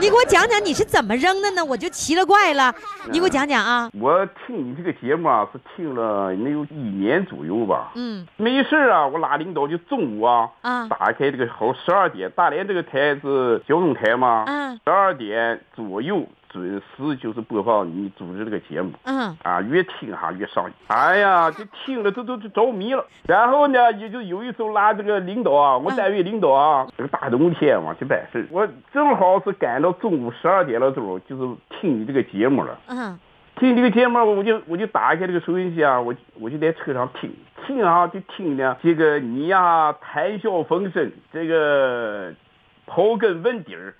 你给我讲讲你是怎么扔的呢？我就奇了怪了，你给我讲讲啊。
我听你这个节目啊，是听了能有一年左右吧。
嗯
没事儿啊，我拉领导就中午啊，
啊
打开这个好十二点，大连这个台是交通台嘛，
啊
十二点左右准时就是播放你组织这个节目。
嗯，
啊，越听哈越上瘾，哎呀，就听了都都都着迷了。然后呢，也就有一次拉这个领导啊，我
嗯
单位领导啊，这个大冬天嘛去办事，我正好是赶到中午十二点了钟，就是听你这个节目了。
嗯
听你这个节目，我就我就打开这个收音机啊，我就我就在车上听听啊，就听呢，这个你呀、谈笑风生，这个刨根问底儿，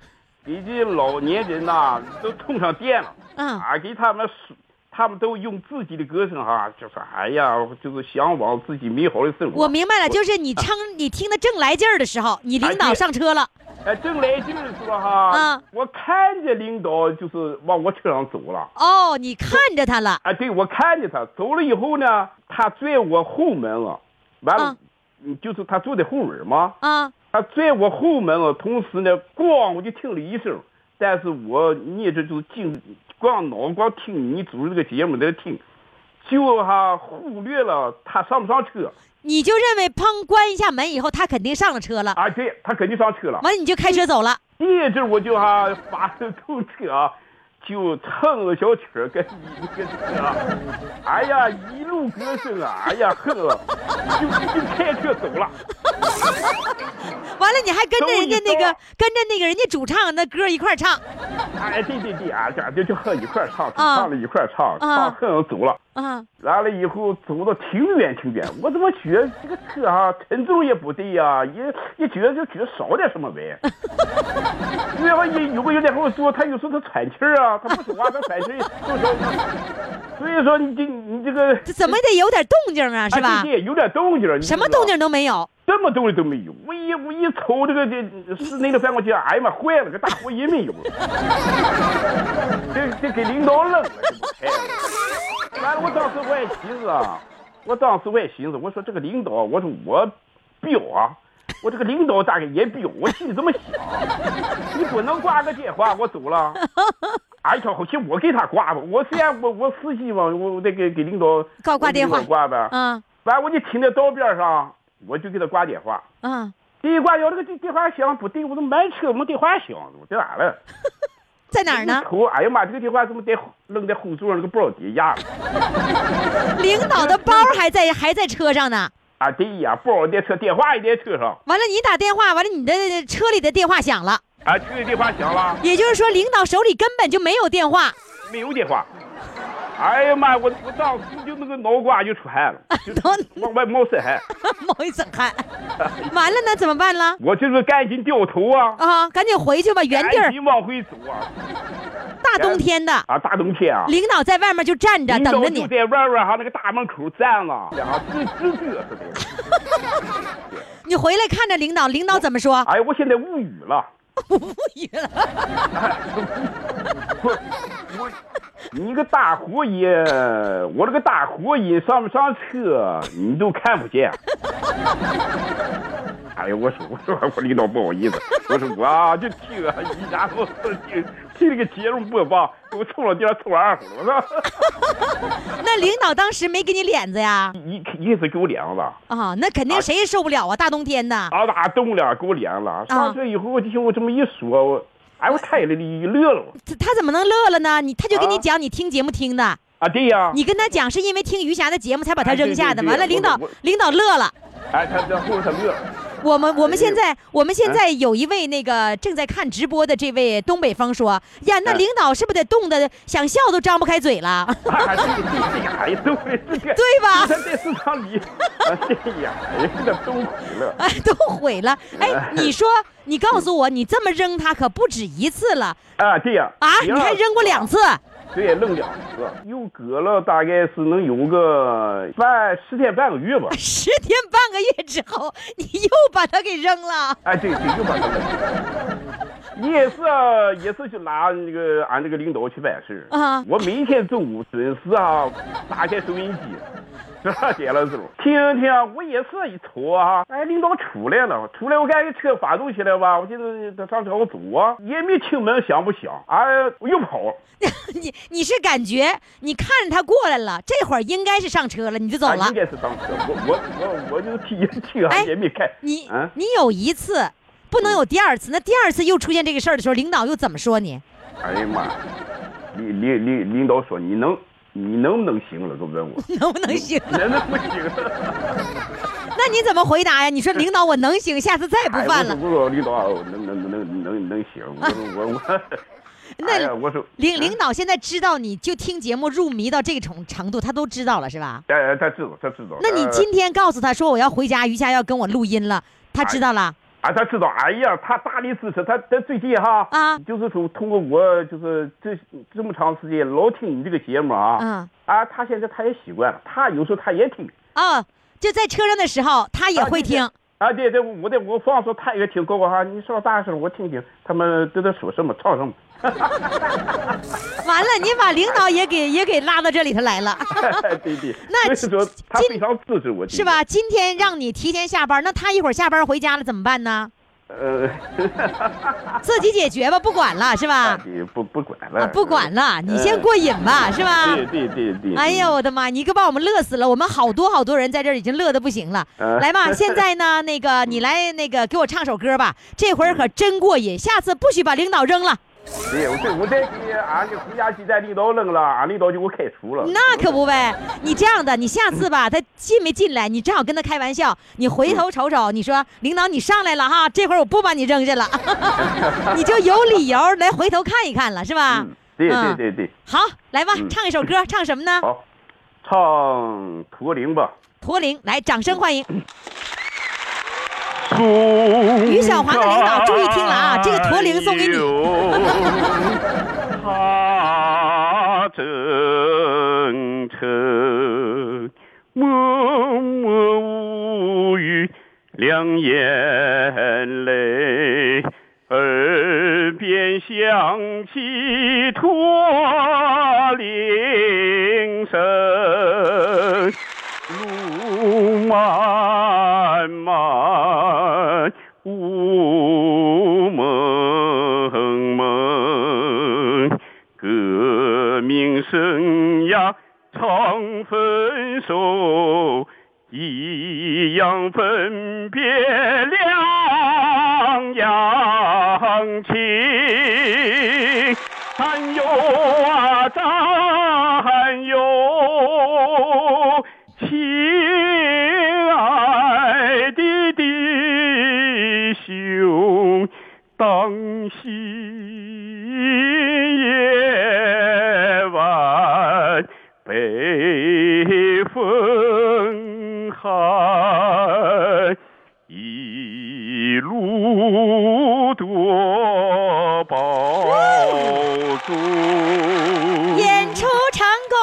给这老年人呐、都通上电了。
嗯
啊，给他们说，他们都用自己的歌声哈、就是哎呀，就是向往自己美好的生活。
我明白了，就是你唱你听得正来劲儿的时候，你领导上车了，
哎，正来劲儿的时候哈、
啊
我看见领导就是往我车上走了。
哦，你看着他了，
啊，对，我看见他走了以后呢，他拽我后门了，完了
啊，
嗯就是他坐在后尾嘛，
啊，
他拽我后门了，同时呢，咣我就听了一声，但是我一直就是静，光脑光听你主持这个节目在听，就哈、忽略了他上不上车
你就认为砰关一下门以后，他肯定上了车了，
啊，对他肯定上车了，
完了你就开车走了，
一直我就哈、啊、发着动车啊，就蹭着小曲儿跟跟
<laughs>
车啊，哎呀一路歌声啊，哎呀恨了，就就开车走了。
完了，你还跟着人家那个，跟着那个人家主唱那歌一块儿
<laughs>
唱。
哎，对对对，啊，这就就和一块儿唱，唱了一块儿唱，唱恨了走了。
啊，
完了以后走到挺远挺远，我怎么觉得这个车啊沉重也不对呀、啊，也也觉得就觉得少点什么呗。然后有有个人在后面说，他有时候他喘气儿啊，他不说话他喘气儿，所以说你这你这个
怎么得有点动静啊，是吧？
对对，有点动静。
什么动静都没有。
什么东西都没有，我一我一瞅这个这室内的办公间，哎呀妈，坏了，个大火也
<laughs>
没有，这这给领导扔了，这不开了。完了，我当时我也寻思啊，我当时我也寻思，我说这个领导，啊我说我彪啊，我这个领导大概也彪，我心里这么想，你不能挂个电话，我走了。哎，瞧，后期我给他挂吧，我虽然我我司机嘛，我我得给给领导
挂挂电话
挂呗。
嗯，
完我就停在道边上。我就给他挂电话，
嗯，
这一挂掉，这个电电话响不对，我都满车没电话响，我在哪了？
<laughs> 在哪儿呢？
瞅，哎呀妈，这个电话怎么在扔在后座那个包底下了？
领导的包还在还在车上呢。
啊对呀，包在车，电话也在车上。
完了，你打电话，完了你的呃车里的电话响了。
啊，车里电话响了。
也就是说，领导手里根本就没有电
<laughs>
话。
没有电话。哎呀妈！我我当时就那个脑瓜就出汗了，
啊
就往外冒身汗，
冒一身汗。完了呢，怎么办了？
我就是赶紧掉头啊！
啊，赶紧回去吧，原地儿。
赶紧往回走啊！
大冬天的
啊，大冬天啊！
领导在外面就站着等着你，
在外边哈那个大门口站了，啊，直直嘚瑟的。
你回来看着领导，领导怎么说？
哎，我现在无语了，
我无语了。
我我。你个大火影，我这个大火影上不上车，你都看不见。哎呀，我说我说我领导不好意思，我说我就啊听，然后听听这个节目播放，我冲了第二冲了二胡了。
那领导当时没给你脸子呀？
一一直给我脸子。
啊，那肯定谁也受不了啊！大冬天的。
啊，大冻了，给我脸子。上车以后，我听我这么一说，我。哎，我太乐乐了。
他他怎么能乐了呢？你他就跟你讲，你听节目听的
啊，对呀。
你跟他讲是因为听余霞的节目才把他扔下的，完了领导领导乐了。
哎，他这后头他乐了。
我们我们现
哎
在我们现在有一位那个正在看直播的这位东北风说呀，那领导是不是得冻得想笑都张不开嘴
<laughs>
了？
哎呀，都会这个
对吧？
他在市场里，哎呀，这都毁了。
<laughs> 哎，都毁了。
<laughs>
哎，你说。你告诉我，你这么扔他可不止一次了
啊！对呀，
啊，你还扔过两次？
对，扔两次，又隔了大概是能有个半十天半个月吧。
十天半个月之后，你又把他给扔了？ <laughs>
哎，对对，又把他扔。你也是啊，也是去拿那个俺这个领导去办事
啊。
我每天中午准时啊， <laughs> 打开收音机。 <laughs> 这点了走，听听、啊，我也是一瞅啊，哎，领导出来了，出来我赶紧车发动起来吧，我寻思他上车我走啊，也没听门响不响，哎，我又跑。
你你是感觉你看着他过来了，这会儿应该是上车了，你就走了。啊、
应该是上车，我我我我就听听、啊、也没看。
哎你、嗯、你有一次不能有第二次，那第二次又出现这个事儿的时候，领导又怎么说你？ <laughs>
哎呀妈，领领领领导说你能。你能不能行了？都问我
能不能行？
能嗯不行？
<laughs> 那你怎么回答呀？你说领导我能行，下次再也不犯了。
哎、我说领导能能能能能行，我我我。
<laughs>
哎
那
我说
啊
领领导现在知道你就听节目入迷到这种程度，他都知道了是吧？
哎，他知道，他知
呃
道。呃
那你今天告诉他说我要回家，余霞要跟我录音了，他知道
<laughs>
了。
啊，他知道，哎呀，他大力支持他，他最近哈
啊，
就是通通过我，就是这这么长时间老听你这个节目啊，
嗯，
啊，他现在他也习惯了，他有时候他也听，
啊、哦，就在车上的时候他也会听，
啊，对对，我得我放说他也听，哥哥哈，你上大声我听听他们都在说什么，唱什么。
完了，你把领导也给也给拉到这里头来
<laughs>
了。
哎
对对，
<laughs> 那
是说他非常支持
<laughs>
我，
是吧？今天让你提前下班，那他一会儿下班回家了怎么办呢？
呃，
自己解决吧，不管了是吧？
你不不管
啊
了，呃
不管了，你先过瘾吧，是吧？
哎对对对对。
哎呀，我的妈！你可把我们乐死了，我们好多好多人在这儿已经乐得不行了。
嗯
来
<laughs>
吧，现在呢，那个你来那个给我唱首歌吧，
嗯
这回儿可真过瘾，下次不许把领导扔了，
对，我这我这给俺这回家去再领导扔了，俺领导就给我开除了。
那可不呗。你这样的，你下次吧，他进没进来，你正好跟他开玩笑，你回头瞅瞅，你说领导你上来了哈，这回儿我不把你扔下
<laughs>
了，你就有理由来回头看一看了，是吧？
对对
嗯
对对，
好，来吧，
嗯
唱一首歌，唱什么呢？
好，唱驼铃吧。
驼铃，来，掌声欢迎。
于
于小华的领导注意听了啊这个驼铃送给你 <laughs>
他征程默默无语，两眼泪，耳边响起驼铃声。路漫漫，雾蒙蒙，革命生涯常分手，一样分别两样情。战友哎啊，战友，亲爱的弟兄，当心夜晚北风寒。一路多保重。
演出成功。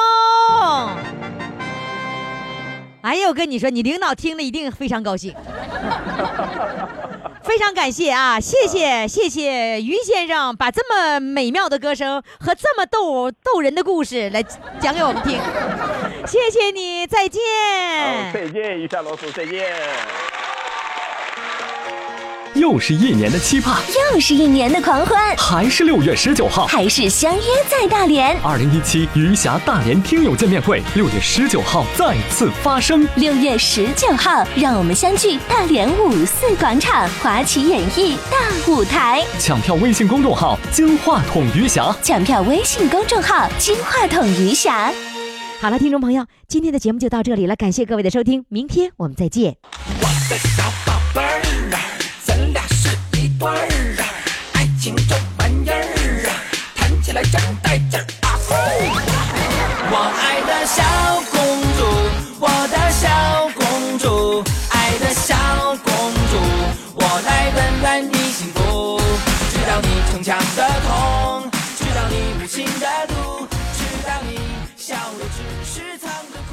哎呀，我跟你说，你领导听了一定非常高兴，非常感谢啊！谢谢谢谢于先生，把这么美妙的歌声和这么逗逗人的故事来讲给我们听，谢谢你，再见。哎
好，再见，于夏老师，再见。
又是一年的期盼，
又是一年的狂欢，
还是六月十九号。
还是相约在大连。
二零一七余霞大连听友见面会，六月十九号再次发生。
六月十九号，让我们相聚大连五四广场华旗演艺大舞台。
抢票微信公众号“金话筒余霞
抢票微信公众号“金话筒余霞”。
好了，听众朋友，今天的节目就到这里了，感谢各位的收听，明天我们再见。
我爱的小公主，我的小公主，爱的小公主，我来温暖你幸福，知道你逞强的痛，知道你无情的毒，知道你笑容只是藏着。